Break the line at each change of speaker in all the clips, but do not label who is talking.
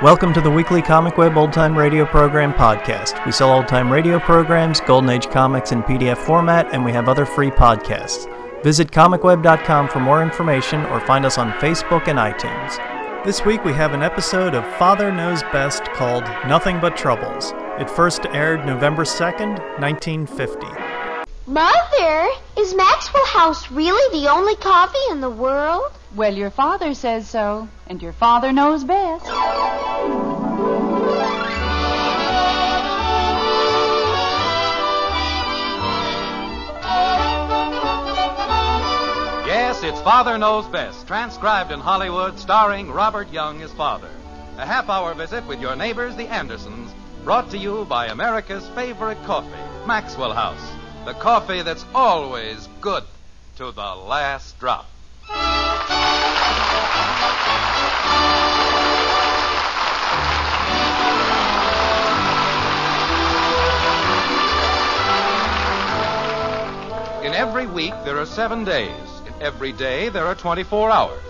Welcome to the weekly Comic Web Old Time Radio Program podcast. We sell old time radio programs, Golden Age comics in PDF format, and we have other free podcasts. Visit comicweb.com for more information or find us on Facebook and iTunes. This week we have an episode of Father Knows Best called Nothing But Troubles. It first aired November 2nd, 1950.
Mother, is Maxwell House really the only coffee in the world?
Well, your father says so, and your father knows best.
Yes, it's Father Knows Best, transcribed in Hollywood, starring Robert Young as father. A half hour visit with your neighbors, the Andersons, brought to you by America's favorite coffee, Maxwell House. The coffee that's always good to the last drop. In every week, there are seven days. In every day, there are 24 hours.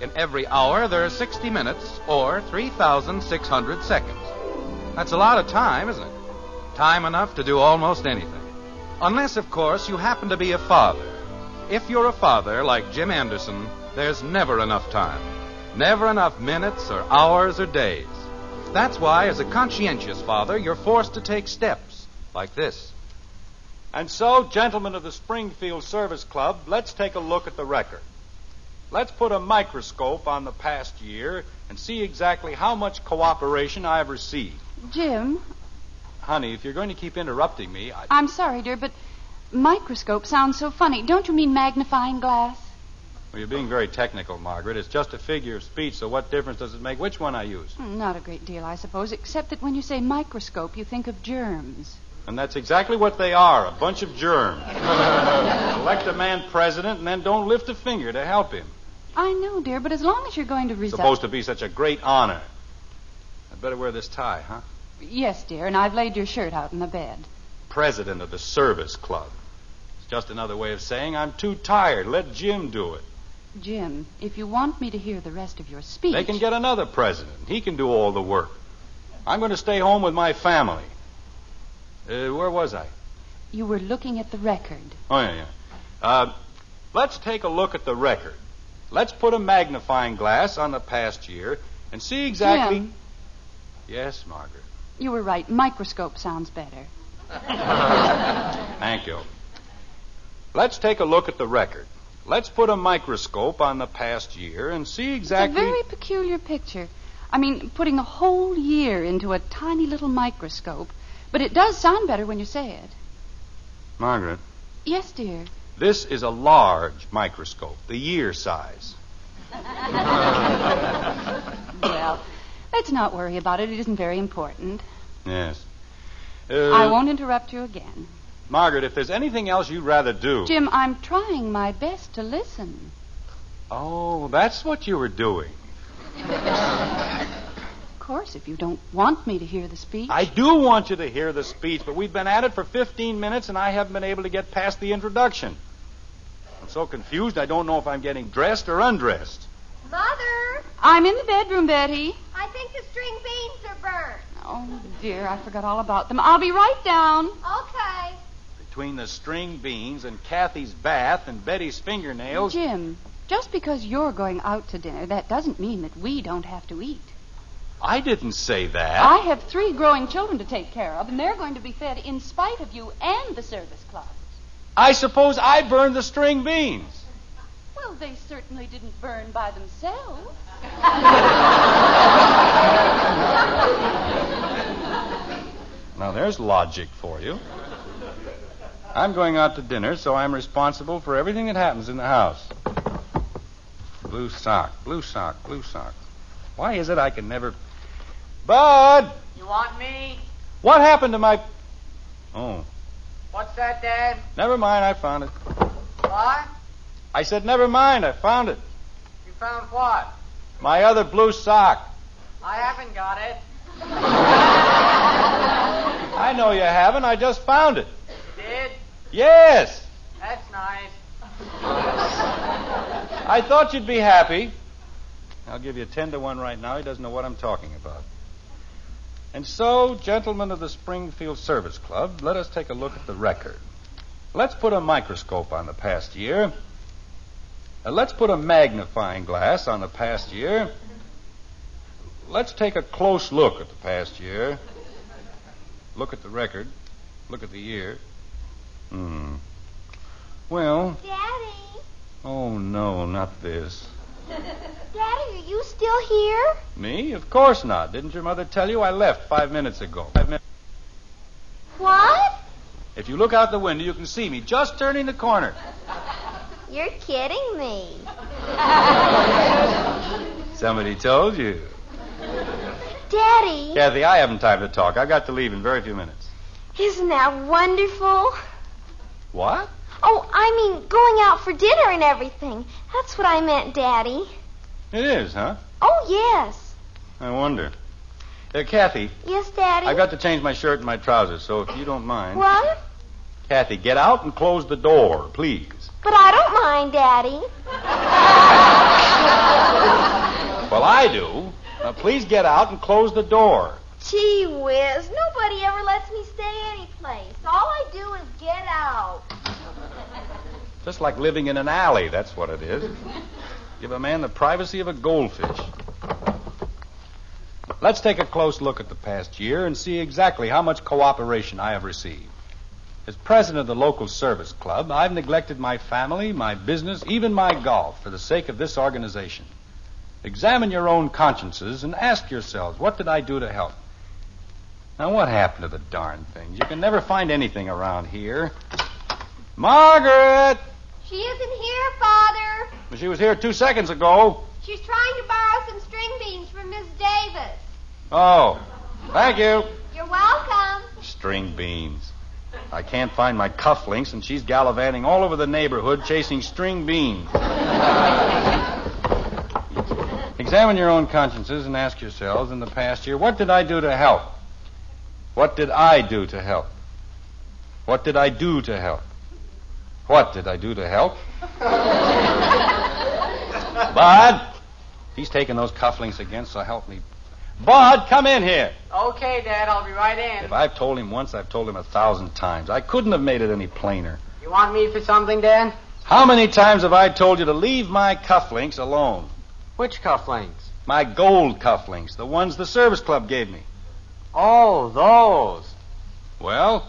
In every hour, there are 60 minutes or 3,600 seconds. That's a lot of time, isn't it? Time enough to do almost anything. Unless, of course, you happen to be a father. If you're a father like Jim Anderson, there's never enough time. Never enough minutes or hours or days. That's why, as a conscientious father, you're forced to take steps like this.
And so, gentlemen of the Springfield Service Club, let's take a look at the record. Let's put a microscope on the past year and see exactly how much cooperation I've received.
Jim,
Honey, if you're going to keep interrupting me, I.
I'm sorry, dear, but microscope sounds so funny. Don't you mean magnifying glass?
Well, you're being very technical, Margaret. It's just a figure of speech, so what difference does it make which one I use?
Mm, Not a great deal, I suppose, except that when you say microscope, you think of germs.
And that's exactly what they are a bunch of germs. Elect a man president and then don't lift a finger to help him.
I know, dear, but as long as you're going to
It's
resign.
supposed to be such a great honor. I'd better wear this tie, huh?
Yes, dear, and I've laid your shirt out in the bed.
president of the service club. It's just another way of saying I'm too tired. Let Jim do it.
Jim, if you want me to hear the rest of your speech.
They can get another president. He can do all the work. I'm going to stay home with my family. Uh, where was I?
You were looking at the record.
Oh, yeah, yeah. Uh, let's take a look at the record. Let's put a magnifying glass on the past year and see exactly.
Jim,
Yes, Margaret.
you were right. Microscope sounds better.
Thank you. Let's take a look at the record. Let's put a microscope on the past year and see
It's a
exactly.
very peculiar picture. I mean, putting a whole year into a tiny little microscope. But it does sound better when you say it.
Margaret.
Yes, dear.
This is a large microscope, the year size.
Well, let's not worry about it. It isn't very important.
Yes. Uh,
I won't interrupt you again.
Margaret, if there's anything else you'd rather do.
Jim, I'm trying my best to listen.
Oh, that's what you were doing.
Of course, if you don't want me to hear the speech.
I do want you to hear the speech, but we've been at it for 15 minutes and I haven't been able to get past the introduction. I'm so confused, I don't know if I'm getting dressed or undressed.
Mother,
I'm in the bedroom, Betty.
I think the string beans are burnt.
Oh, dear, I forgot all about them. I'll be right down.
Okay.
Between the string beans and Kathy's bath and Betty's fingernails.
Jim, just because you're going out to dinner, that doesn't mean that we don't have to eat.
I didn't say that.
I have three growing children to take care of, and they're going to be fed in spite of you and the service club.
I suppose I burned the string beans.
Well, they certainly didn't burn by themselves.
Now, there's logic for you. I'm going out to dinner, so I'm responsible for everything that happens in the house. Blue sock, blue sock, blue sock. Why is it I can never. Bud!
You want me?
What happened to my. Oh,
What's that, Dad?
never mind, I found it.
What?
I said, never mind, I found it.
You found what?
My other blue sock.
I haven't got it.
I know you haven't, I just found it.
Did?
Yes!
That's nice.
I thought you'd be happy. I'll give you 10 to 1 right now. He doesn't know what I'm talking about. And so, gentlemen of the Springfield Service Club, let us take a look at the record. Let's put a microscope on the past year. Uh, let's put a magnifying glass on the past year. Let's take a close look at the past year. Look at the record. Look at the year. Hmm. Well,
Daddy,
oh no, not this.
Daddy, are you still here?
Me? Of course not. Didn't your mother tell you I left five minutes ago? Five minutes.
What?
If you look out the window, you can see me just turning the corner.
You're kidding me.
Somebody told you.
Daddy,
Kathy, I haven't time to talk. I've got to leave in very few minutes.
isn't that wonderful?
What?
Oh, I mean, going out for dinner and everything. That's what I meant, Daddy.
It is, huh?
Oh, yes.
I wonder. Uh, Kathy,
Yes, Daddy.
I've got to change my shirt and my trousers, so if you don't mind.
What?
Kathy, get out and close the door, please.
But I don't mind, Daddy.
Well, I do. Now, please get out and close the door.
Gee whiz, nobody ever lets me stay anyplace. All I do is get out.
Just like living in an alley, that's what it is. Give a man the privacy of a goldfish. Let's take a close look at the past year and see exactly how much cooperation I have received. As president of the local service club, I've neglected my family, my business, even my golf for the sake of this organization. Examine your own consciences and ask yourselves, what did I do to help? Now, what happened to the darn things? You can never find anything around here. Margaret!
She isn't here, Father.
She was here two seconds ago.
She's trying to borrow some string beans from Miss Davis.
Oh, thank you.
You're welcome.
String beans. I can't find my cufflinks, and she's gallivanting all over the neighborhood chasing string beans. Examine your own consciences and ask yourselves in the past year, what did I do to help? What did I do to help? What did I do to help? What did I do to help? Bud, he's taking those cufflinks again, so help me. Bud, come in here.
Okay, Dad, I'll be right in.
If I've told him once, I've told him a thousand times. I couldn't have made it any plainer.
You want me for something, Dad?
How many times have I told you to leave my cufflinks alone?
Which cufflinks?
My gold cufflinks, the ones the service club gave me.
Oh, those.
Well,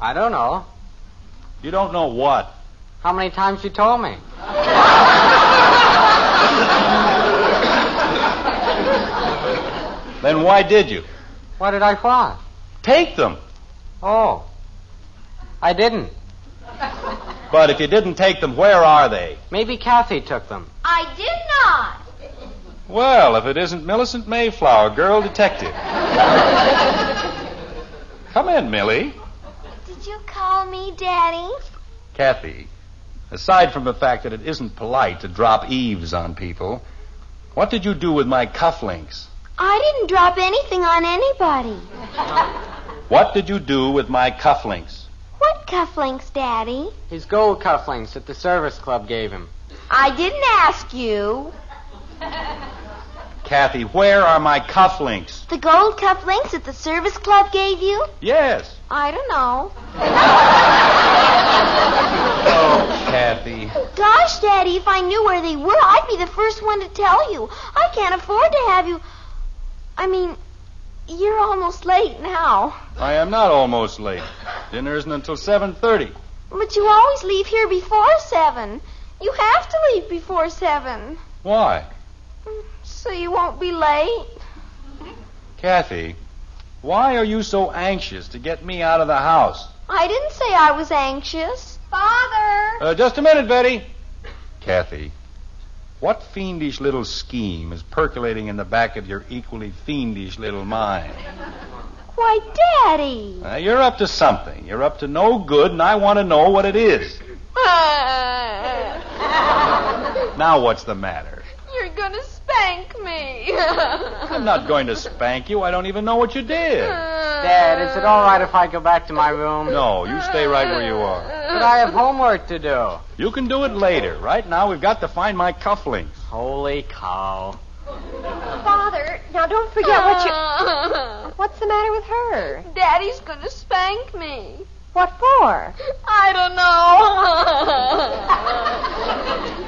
I don't know.
you don't know what.
How many times you told me?
Then why did you?
What did I want?
Take them.
Oh, I didn't.
But if you didn't take them, where are they?
Maybe Kathy took them.
I did not.
Well, if it isn't Millicent Mayflower, girl detective. Come in, Millie.
Did you call me Daddy?
Kathy, aside from the fact that it isn't polite to drop eaves on people, what did you do with my cufflinks?
I didn't drop anything on anybody.
What did you do with my cufflinks?
What cufflinks, Daddy?
His gold cufflinks that the service club gave him.
I didn't ask you.
Kathy, where are my cufflinks?
The gold cufflinks that the service club gave you?
Yes.
I don't know.
Oh, Kathy.
Gosh, Daddy, if I knew where they were, I'd be the first one to tell you. I can't afford to have you. I mean, you're almost late now.
I am not almost late. Dinner isn't until 7.30.
But you always leave here before seven. You have to leave before seven.
Why?
So you won't be late.
Kathy, why are you so anxious to get me out of the house?
I didn't say I was anxious. Father!
Uh, just a minute, Betty. Kathy, what fiendish little scheme is percolating in the back of your equally fiendish little mind?
Why, Daddy!
Uh, you're up to something. You're up to no good, and I want to know what it is. Now, what's the matter?
You're gonna spank me.
I'm not going to spank you. I don't even know what you did.
Dad, is it all right if I go back to my room?
No, you stay right where you are.
But I have homework to do.
You can do it later. Right now, we've got to find my cufflinks.
Holy cow.
Father, now don't forget what you. What's the matter with her?
Daddy's gonna spank me.
What for?
I don't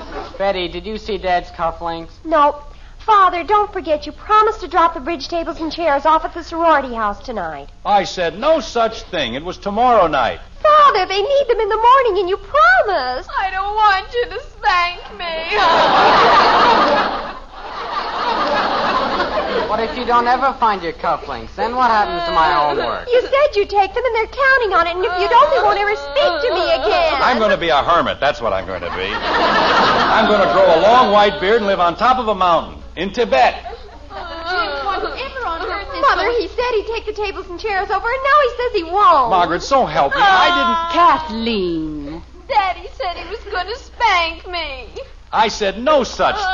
know.
Betty, did you see Dad's cufflinks?
Nope. Father, don't forget you promised to drop the bridge tables and chairs off at the sorority house tonight.
I said no such thing. It was tomorrow night.
Father, they need them in the morning, and you promised.
I don't want you to spank me.
What if you don't ever find your cufflinks? Then what happens to my homework?
You said you'd take them, and they're counting on it, and if you don't, they won't ever speak to me again.
I'm going to be a hermit. That's what I'm going to be. I'm going to grow a long white beard and live on top of a mountain in Tibet.
Whatever on earth is
Mother, he said he'd take the tables and chairs over, and now he says he won't.
Margaret, so help me. I didn't.
Kathleen.
Daddy said he was gonna spank me.
I said no such thing. Did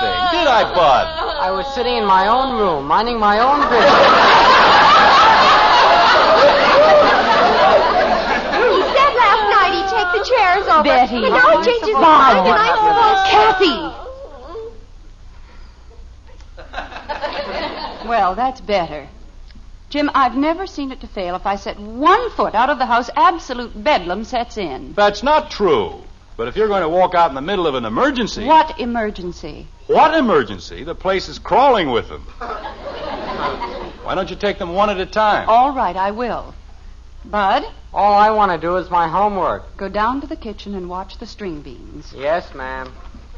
I, Bud?
I was sitting in my own room, minding my own business.
He said last night he'd take the chairs over.
Betty.
And now he changes his mind, and I don't want
Kathy. Well, that's better. Jim, I've never seen it to fail. If I set one foot out of the house, absolute bedlam sets in.
That's not true. But if you're going to walk out in the middle of an emergency,
What emergency?
what emergency? The place is crawling with them. Why don't you take them one at a time?
All right, I will. Bud,
All I want to do is my homework.
go down to the kitchen and watch the string beans.
Yes, ma'am.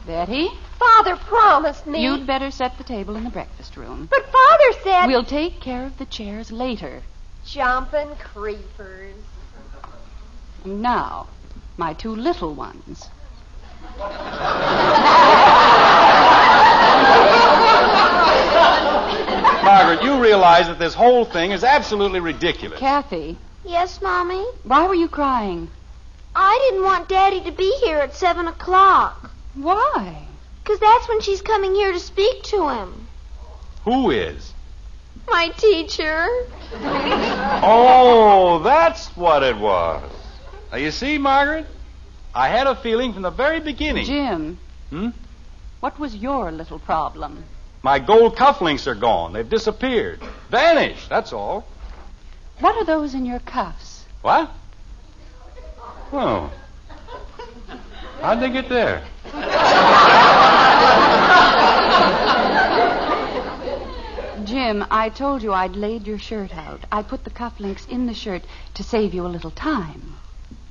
Betty,
Father promised me.
you'd better set the table in the breakfast room.
But Father said.
We'll take care of the chairs later.
Jumping creepers.
And now, my two little ones.
Margaret, you realize that this whole thing is absolutely ridiculous.
Kathy,
Yes, Mommy?
why were you crying?
I didn't want Daddy to be here at 7 o'clock.
Why?
'Cause that's when she's coming here to speak to him.
Who is?
My teacher.
Oh, that's what it was. Now, you see, Margaret, I had a feeling from the very beginning.
Jim,
Hmm?
what was your little problem?
My gold cufflinks are gone. They've disappeared. Vanished, that's all.
What are those in your cuffs?
What? Oh. How'd they get there?
Jim, I told you I'd laid your shirt out. I put the cufflinks in the shirt to save you a little time.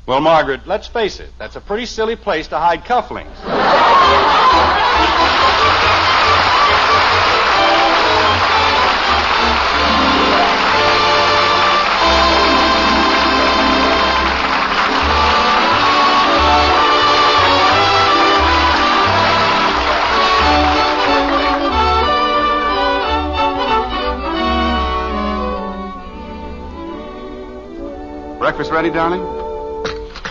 Well, Margaret, let's face it. That's a pretty silly place to hide cufflinks.
Breakfast ready, darling?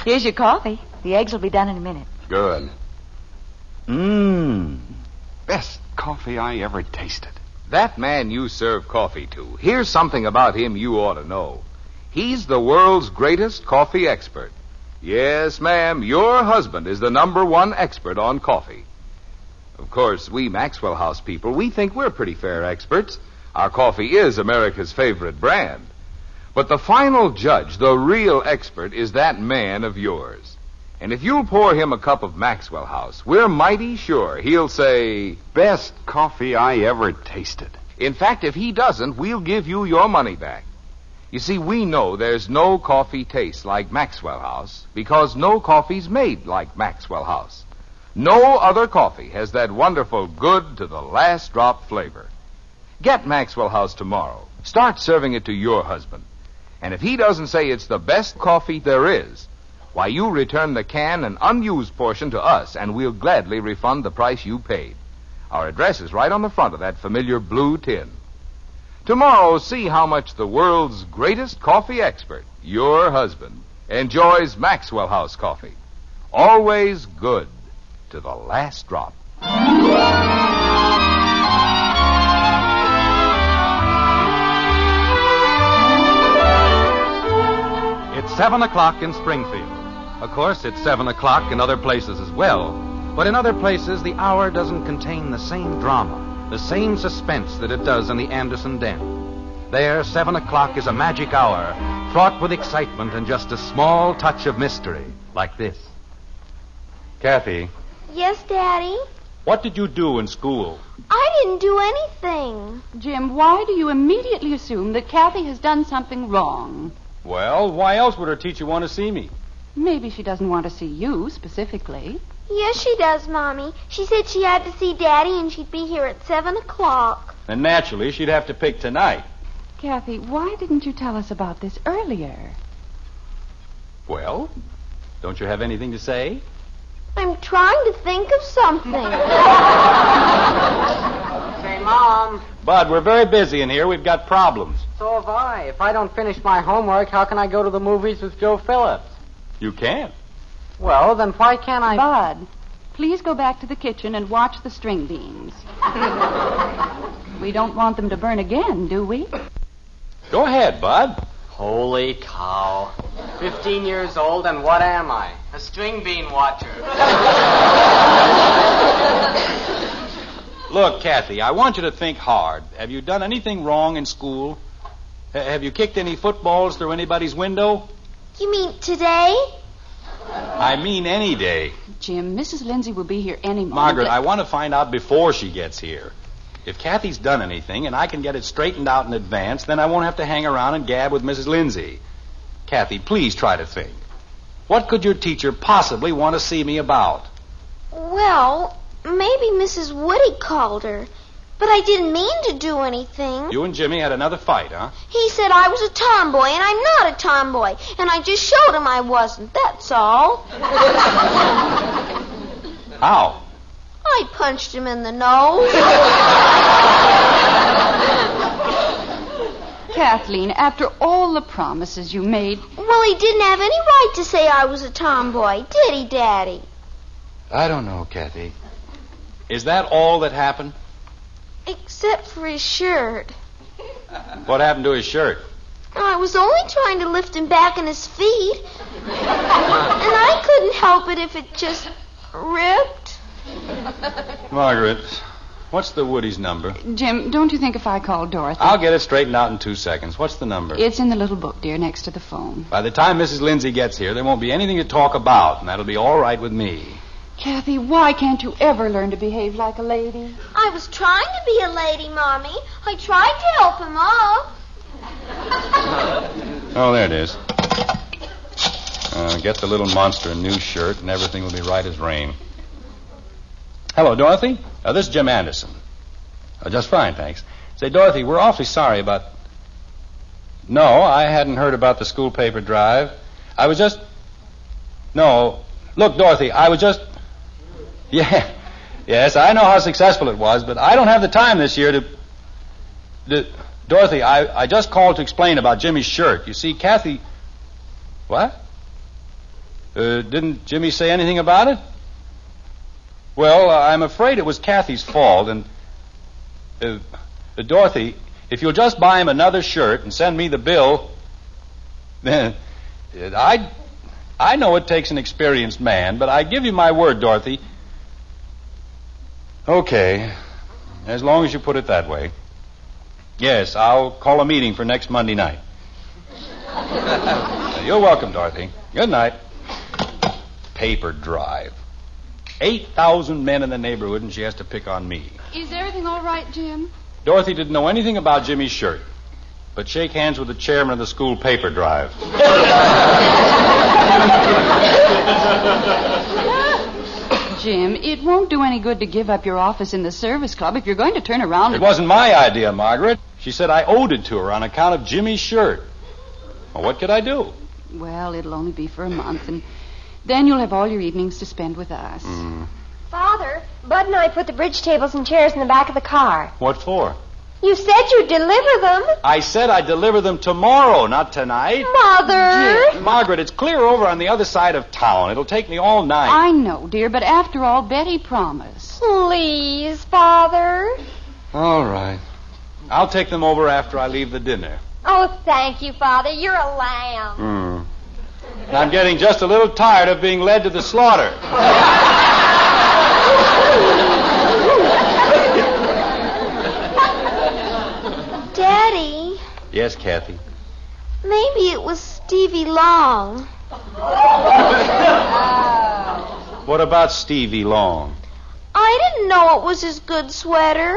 Here's your coffee. The eggs will be done in a minute.
Good. Mmm. Best coffee I ever tasted.
That man you serve coffee to, here's something about him you ought to know. He's the world's greatest coffee expert. Yes, ma'am, your husband is the number one expert on coffee. Of course, we Maxwell House people, we think we're pretty fair experts. Our coffee is America's favorite brand. But the final judge, the real expert, is that man of yours. And if you'll pour him a cup of Maxwell House, we're mighty sure he'll say,
Best coffee I ever tasted.
in fact, if he doesn't, we'll give you your money back. You see, we know there's no coffee taste like Maxwell House because no coffee's made like Maxwell House. No other coffee has that wonderful good to the last drop flavor. Get Maxwell House tomorrow. Start serving it to your husband. And if he doesn't say it's the best coffee there is, why, you return the can and unused portion to us, and we'll gladly refund the price you paid. Our address is right on the front of that familiar blue tin. Tomorrow, see how much the world's greatest coffee expert, your husband, enjoys Maxwell House coffee. Always good to the last drop.
It's 7 o'clock in Springfield. Of course, it's 7 o'clock in other places as well, but in other places, the hour doesn't contain the same drama. the same suspense that it does in the Anderson den. There, seven o'clock is a magic hour, fraught with excitement and just a small touch of mystery, like this.
Kathy,
Yes, Daddy?
what did you do in school?
I didn't do anything.
Jim, why do you immediately assume that Kathy has done something wrong?
Well, why else would her teacher want to see me?
Maybe she doesn't want to see you specifically.
Yes, she does, Mommy. She said she had to see Daddy and she'd be here at 7 o'clock.
And naturally, she'd have to pick tonight.
Kathy, why didn't you tell us about this earlier?
Well, don't you have anything to say?
I'm trying to think of something.
Say, Mom,
Bud, we're very busy in here. We've got problems.
so have I. If I don't finish my homework, how can I go to the movies with Joe Phillips?
You can't.
Well, then why can't I?
Bud, please go back to the kitchen and watch the string beans. we don't want them to burn again, do we?
Go ahead, Bud.
Holy cow. Fifteen years old, and what am I? A string bean watcher.
Look, Kathy, I want you to think hard. Have you done anything wrong in school? H- have you kicked any footballs through anybody's window?
you mean today?
I mean, any day.
Jim, Mrs. Lindsay will be here any moment.
Margaret, I want to find out before she gets here. If Kathy's done anything and I can get it straightened out in advance, then I won't have to hang around and gab with Mrs. Lindsay. Kathy, please try to think. What could your teacher possibly want to see me about?
Well, maybe Mrs. Woody called her. But I didn't mean to do anything.
You and Jimmy had another fight, huh?
He said I was a tomboy, and I'm not a tomboy. And I just showed him I wasn't, that's all.
How?
I punched him in the nose.
Kathleen, after all the promises you made,
Well, he didn't have any right to say I was a tomboy, did he, Daddy?
I don't know, Kathy. Is that all that happened?
Except for his shirt.
What happened to his shirt?
I was only trying to lift him back on his feet. and I couldn't help it if it just ripped.
Margaret, what's the Woody's number?
Jim, don't you think if I call Dorothy?
I'll get it straightened out in two seconds. What's the number?
It's in the little book, dear, next to the phone.
By the time Mrs. Lindsay gets here, there won't be anything to talk about, and that'll be all right with me.
Kathy, why can't you ever learn to behave like a lady?
I was trying to be a lady, Mommy. I tried to help him up.
Oh, there it is. Uh, get the little monster a new shirt, and everything will be right as rain. Hello, Dorothy. Uh, this is Jim Anderson. Uh, just fine, thanks. Say, Dorothy, we're awfully sorry about. No, I hadn't heard about the school paper drive. I was just. No. Look, Dorothy, I was just. Yeah. Yes, I know how successful it was, but I don't have the time this year to. D- Dorothy, I, I just called to explain about Jimmy's shirt. You see, Kathy. What? Uh, didn't Jimmy say anything about it? Well, uh, I'm afraid it was Kathy's fault, and. Uh, uh, Dorothy, if you'll just buy him another shirt and send me the bill, then. uh, I. I know it takes an experienced man, but I give you my word, Dorothy. Okay. As long as you put it that way. Yes, I'll call a meeting for next Monday night. You're welcome, Dorothy. Good night. Paper drive. 8,000 men in the neighborhood, and she has to pick on me.
Is everything all right, Jim?
Dorothy didn't know anything about Jimmy's shirt, but shake hands with the chairman of the school paper drive.
Jim, it won't do any good to give up your office in the service club if you're going to turn around
It
and.
wasn't my idea, Margaret. She said I owed it to her on account of Jimmy's shirt. Well, what could I do?
Well, it'll only be for a month, and then you'll have all your evenings to spend with us.
Father, Bud and I put the bridge tables and chairs in the back of the car.
What for?
You said you'd deliver them.
I said I'd deliver them tomorrow, not tonight.
Mother!
Margaret, it's clear over on the other side of town. It'll take me all night.
I know, dear, but after all, Betty promised.
Please, Father.
All right. I'll take them over after I leave the dinner.
Oh, thank you, Father. You're a lamb.
Hmm. I'm getting just a little tired of being led to the slaughter. Yes, Kathy.
Maybe it was Stevie Long.
What about Stevie Long?
I didn't know it was his good sweater.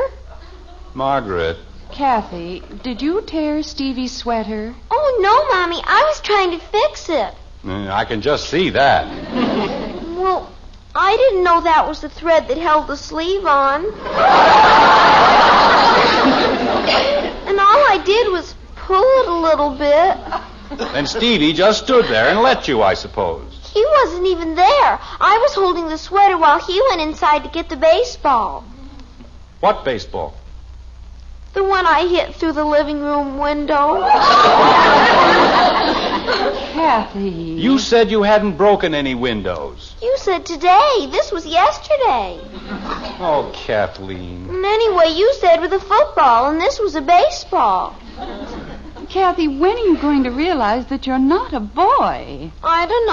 Margaret.
Kathy, did you tear Stevie's sweater?
Oh, no, Mommy. I was trying to fix it.
Mm, I can just see that.
Well, I didn't know that was the thread that held the sleeve on. and all I did was pull it a little bit.
Then Stevie just stood there and let you, I suppose.
He wasn't even there. I was holding the sweater while he went inside to get the baseball.
What baseball?
The one I hit through the living room window.
Kathy.
You said you hadn't broken any windows.
You said today. This was yesterday.
Oh, Kathleen.
And anyway, you said with a football, and this was a baseball.
Kathy, when are you going to realize that you're not a boy?
I don't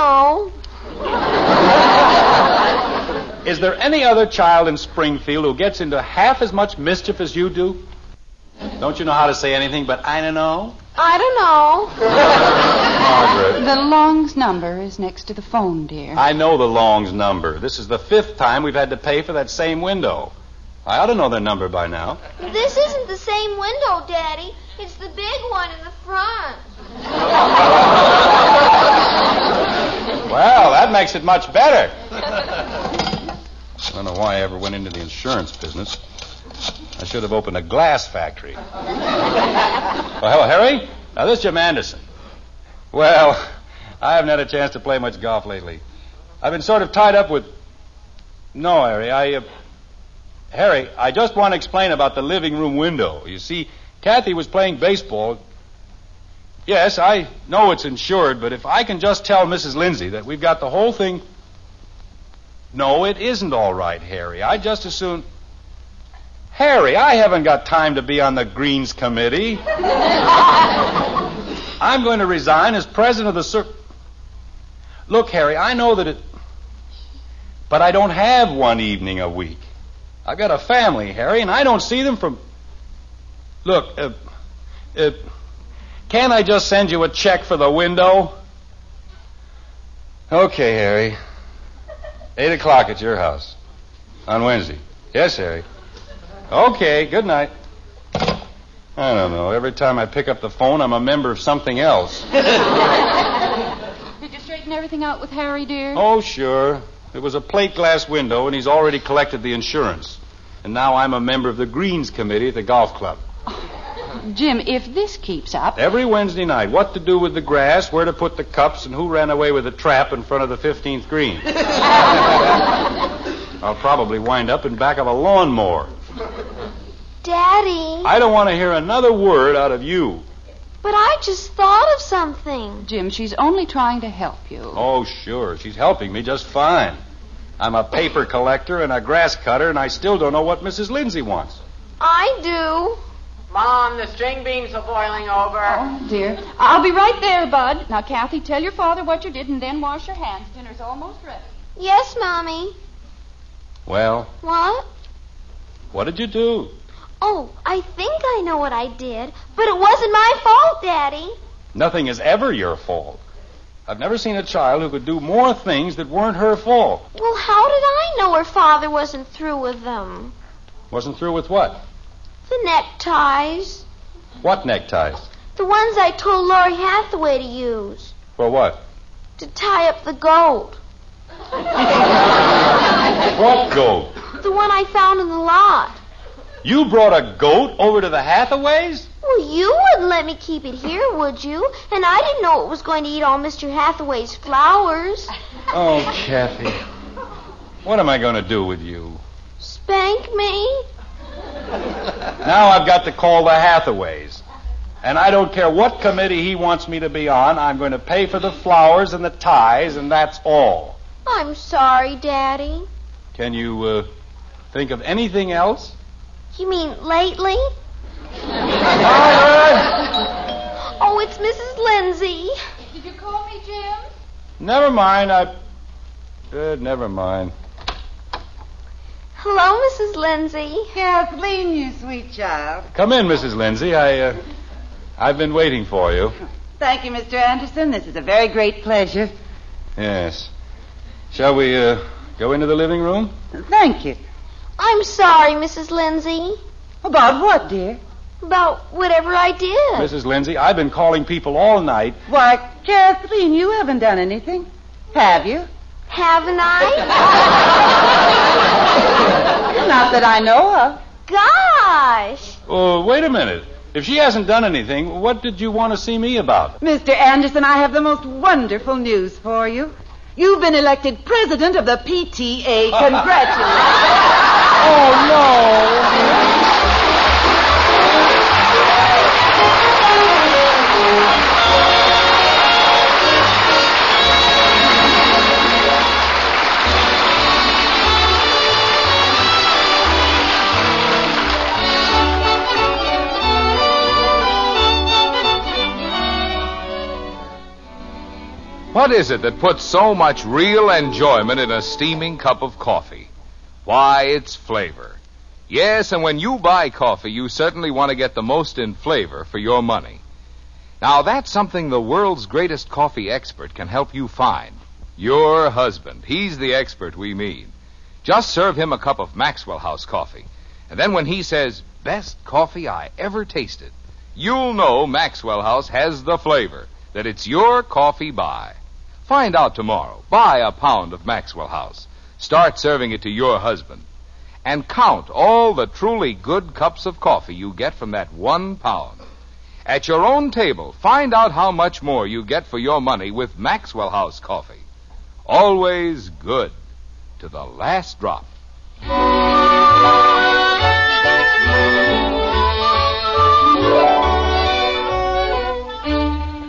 know.
Is there any other child in Springfield who gets into half as much mischief as you do? Don't you know how to say anything but I don't know?
I don't know.
Margaret.
The Long's number is next to the phone, dear.
I know the Long's number. This is the fifth time we've had to pay for that same window. I ought to know their number by now.
This isn't the same window, Daddy. It's the big one in the front.
Well, that makes it much better. I don't know why I ever went into the insurance business. I should have opened a glass factory. oh, hello, Harry. Now, this is Jim Anderson. Well, I haven't had a chance to play much golf lately. I've been sort of tied up with. No, Harry, I. Uh... Harry, I just want to explain about the living room window. You see, Kathy was playing baseball. Yes, I know it's insured, but if I can just tell Mrs. Lindsay that we've got the whole thing. No, it isn't all right, Harry. I just as soon. Harry, I haven't got time to be on the Greens Committee. I'm going to resign as president of the cir. Look, Harry, I know that it. But I don't have one evening a week. I've got a family, Harry, and I don't see them from. Look, uh, uh, can't I just send you a check for the window? Okay, Harry. Eight o'clock at your house on Wednesday. Yes, Harry. Okay, good night. I don't know. Every time I pick up the phone, I'm a member of something else.
Did you straighten everything out with Harry, dear?
Oh, sure. It was a plate glass window, and he's already collected the insurance. And now I'm a member of the Greens Committee at the golf club.
Jim, if this keeps up,
Every Wednesday night, what to do with the grass, where to put the cups, and who ran away with the trap in front of the 15th green. I'll probably wind up in back of a lawnmower.
Daddy.
I don't want to hear another word out of you.
But I just thought of something.
Jim, she's only trying to help you.
Oh, sure. She's helping me just fine. I'm a paper collector and a grass cutter, and I still don't know what Mrs. Lindsay wants.
I do.
Mom, the string beans are boiling over.
Oh, dear. I'll be right there, Bud. Now, Kathy, tell your father what you did and then wash your hands. Dinner's almost ready.
Yes, Mommy.
Well,
What?
what did you do?
Oh, I think I know what I did, but it wasn't my fault, Daddy.
Nothing is ever your fault. I've never seen a child who could do more things that weren't her fault.
Well, how did I know her father wasn't through with them?
Wasn't through with what?
The neckties.
What neckties?
The ones I told Laurie Hathaway to use.
For what?
To tie up the gold.
What goat?
The one I found in the lot.
You brought a goat over to the Hathaways?
Well, you wouldn't let me keep it here, would you? And I didn't know it was going to eat all Mr. Hathaway's flowers.
Oh, Kathy. What am I going to do with you?
Spank me?
Now I've got to call the Hathaways. And I don't care what committee he wants me to be on, I'm going to pay for the flowers and the ties, and that's all.
I'm sorry, Daddy.
Can you, uh, think of anything else?
You mean lately? Oh, it's Mrs. Lindsay.
Did you call me, Jim?
Never mind. I. Uh, never mind.
Hello, Mrs. Lindsay.
Kathleen, you sweet child.
Come in, Mrs. Lindsay. I. Uh, I've been waiting for you.
Thank you, Mr. Anderson. This is a very great pleasure.
Yes. Shall we uh, go into the living room?
Thank you.
I'm sorry, Mrs. Lindsay.
About what, dear?
About whatever I did.
Mrs. Lindsay, I've been calling people all night.
Why, Kathleen, you haven't done anything. Have you?
Haven't I?
Not that I know of.
Gosh!
Oh, wait a minute. If she hasn't done anything, what did you want to see me about?
Mr. Anderson, I have the most wonderful news for you. You've been elected president of the PTA. Congratulations.
oh, no.
What is it that puts so much real enjoyment in a steaming cup of coffee? Why, it's flavor. Yes, and when you buy coffee, you certainly want to get the most in flavor for your money. Now, that's something the world's greatest coffee expert can help you find. Your husband. He's the expert we mean. Just serve him a cup of Maxwell House coffee. And then when he says, best coffee I ever tasted, you'll know Maxwell House has the flavor, that it's your coffee buy. Find out tomorrow. Buy a pound of Maxwell House. Start serving it to your husband. And count all the truly good cups of coffee you get from that one pound. At your own table, find out how much more you get for your money with Maxwell House coffee. Always good to the last drop.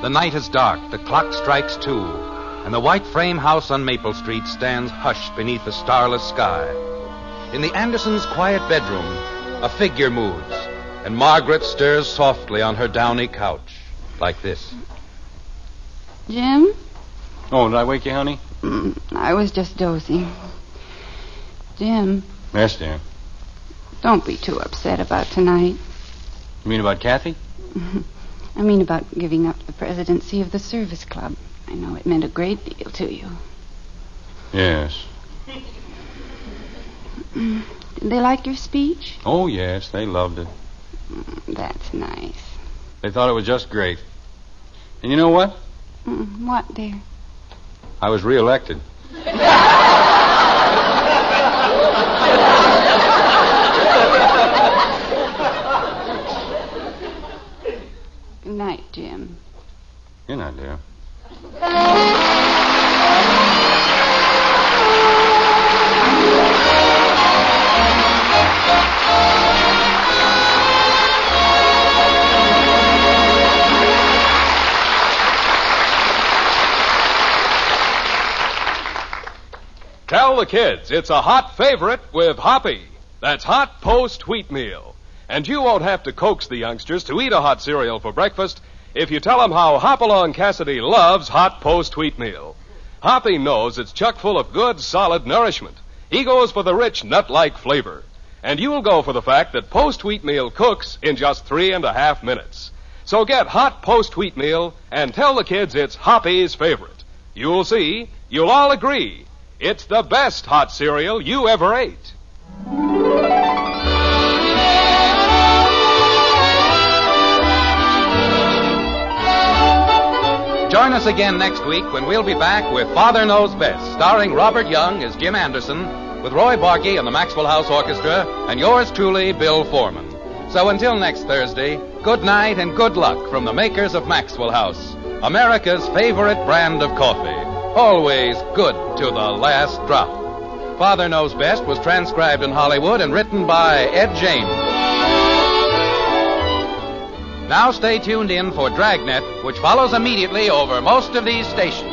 The night is dark, the clock strikes two, and the white frame house on Maple Street stands hushed beneath the starless sky. In the Andersons' quiet bedroom, a figure moves, and Margaret stirs softly on her downy couch, like this.
Jim,
Oh, did I wake you, honey?
I was just dozing. Jim,
Yes, dear.
don't be too upset about tonight.
You mean about Kathy?
I mean about giving up the presidency of the service club. I know it meant a great deal to you.
Yes.
Did Mm. they like your speech? Mm,
Oh, yes, they loved it.
That's nice.
They thought it was just great. And you know what?
Mm, What, dear?
I was reelected.
Good night, Jim.
You're not, dear.
Tell the kids it's a hot favorite with Hoppy. That's hot post wheat meal. And you won't have to coax the youngsters to eat a hot cereal for breakfast if you tell them how Hopalong Cassidy loves hot post wheat meal. Hoppy knows it's chuck full of good, solid nourishment. He goes for the rich, nut like flavor. And you'll go for the fact that post wheat meal cooks in just three and a half minutes. So get hot post wheat meal and tell the kids it's Hoppy's favorite. You'll see, you'll all agree. It's the best hot cereal you ever ate.
Join us again next week when we'll be back with Father Knows Best, starring Robert Young as Jim Anderson, with Roy Barkey and the Maxwell House Orchestra, and yours truly, Bill Foreman. So until next Thursday, good night and good luck from the makers of Maxwell House, America's favorite brand of coffee. Always good to the last drop. Father Knows Best was transcribed in Hollywood and written by Ed James. Now stay tuned in for Dragnet, which follows immediately over most of these stations.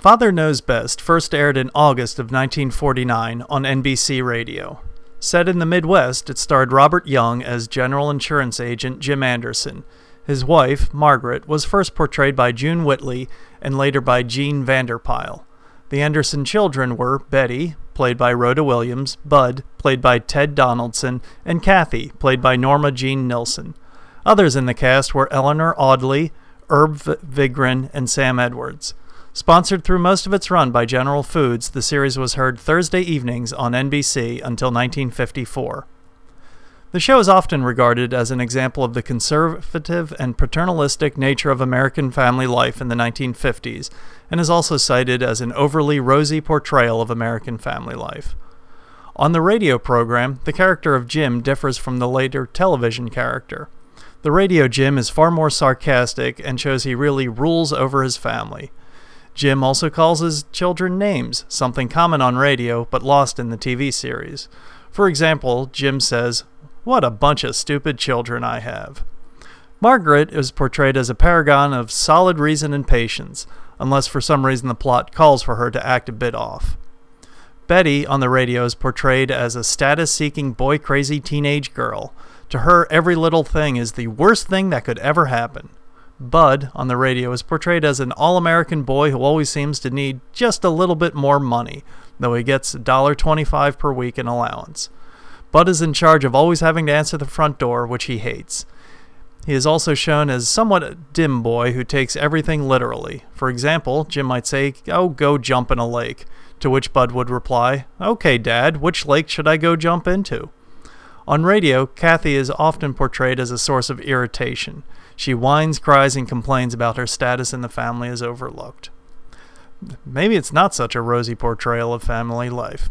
Father Knows Best first aired in August of 1949 on NBC Radio. Set in the Midwest, it starred Robert Young as General Insurance Agent Jim Anderson, His wife, Margaret, was first portrayed by June Whitley and later by Jean Vanderpyle. The Anderson children were Betty, played by Rhoda Williams, Bud, played by Ted Donaldson, and Kathy, played by Norma Jean Nilsson. Others in the cast were Eleanor Audley, Herb V- Vigran, and Sam Edwards. Sponsored through most of its run by General Foods, the series was heard Thursday evenings on NBC until 1954. The show is often regarded as an example of the conservative and paternalistic nature of American family life in the 1950s, and is also cited as an overly rosy portrayal of American family life. On the radio program, the character of Jim differs from the later television character. The radio Jim is far more sarcastic and shows he really rules over his family. Jim also calls his children names, something common on radio but lost in the TV series. For example, Jim says, What a bunch of stupid children I have. Margaret is portrayed as a paragon of solid reason and patience, unless for some reason the plot calls for her to act a bit off. Betty on the radio is portrayed as a status seeking boy crazy teenage girl. To her, every little thing is the worst thing that could ever happen. Bud on the radio is portrayed as an all American boy who always seems to need just a little bit more money, though he gets $1.25 per week in allowance. Bud is in charge of always having to answer the front door, which he hates. He is also shown as somewhat a dim boy who takes everything literally. For example, Jim might say, Oh, go jump in a lake. To which Bud would reply, Okay, Dad, which lake should I go jump into? On radio, Kathy is often portrayed as a source of irritation. She whines, cries, and complains about her status in the family is overlooked. Maybe it's not such a rosy portrayal of family life.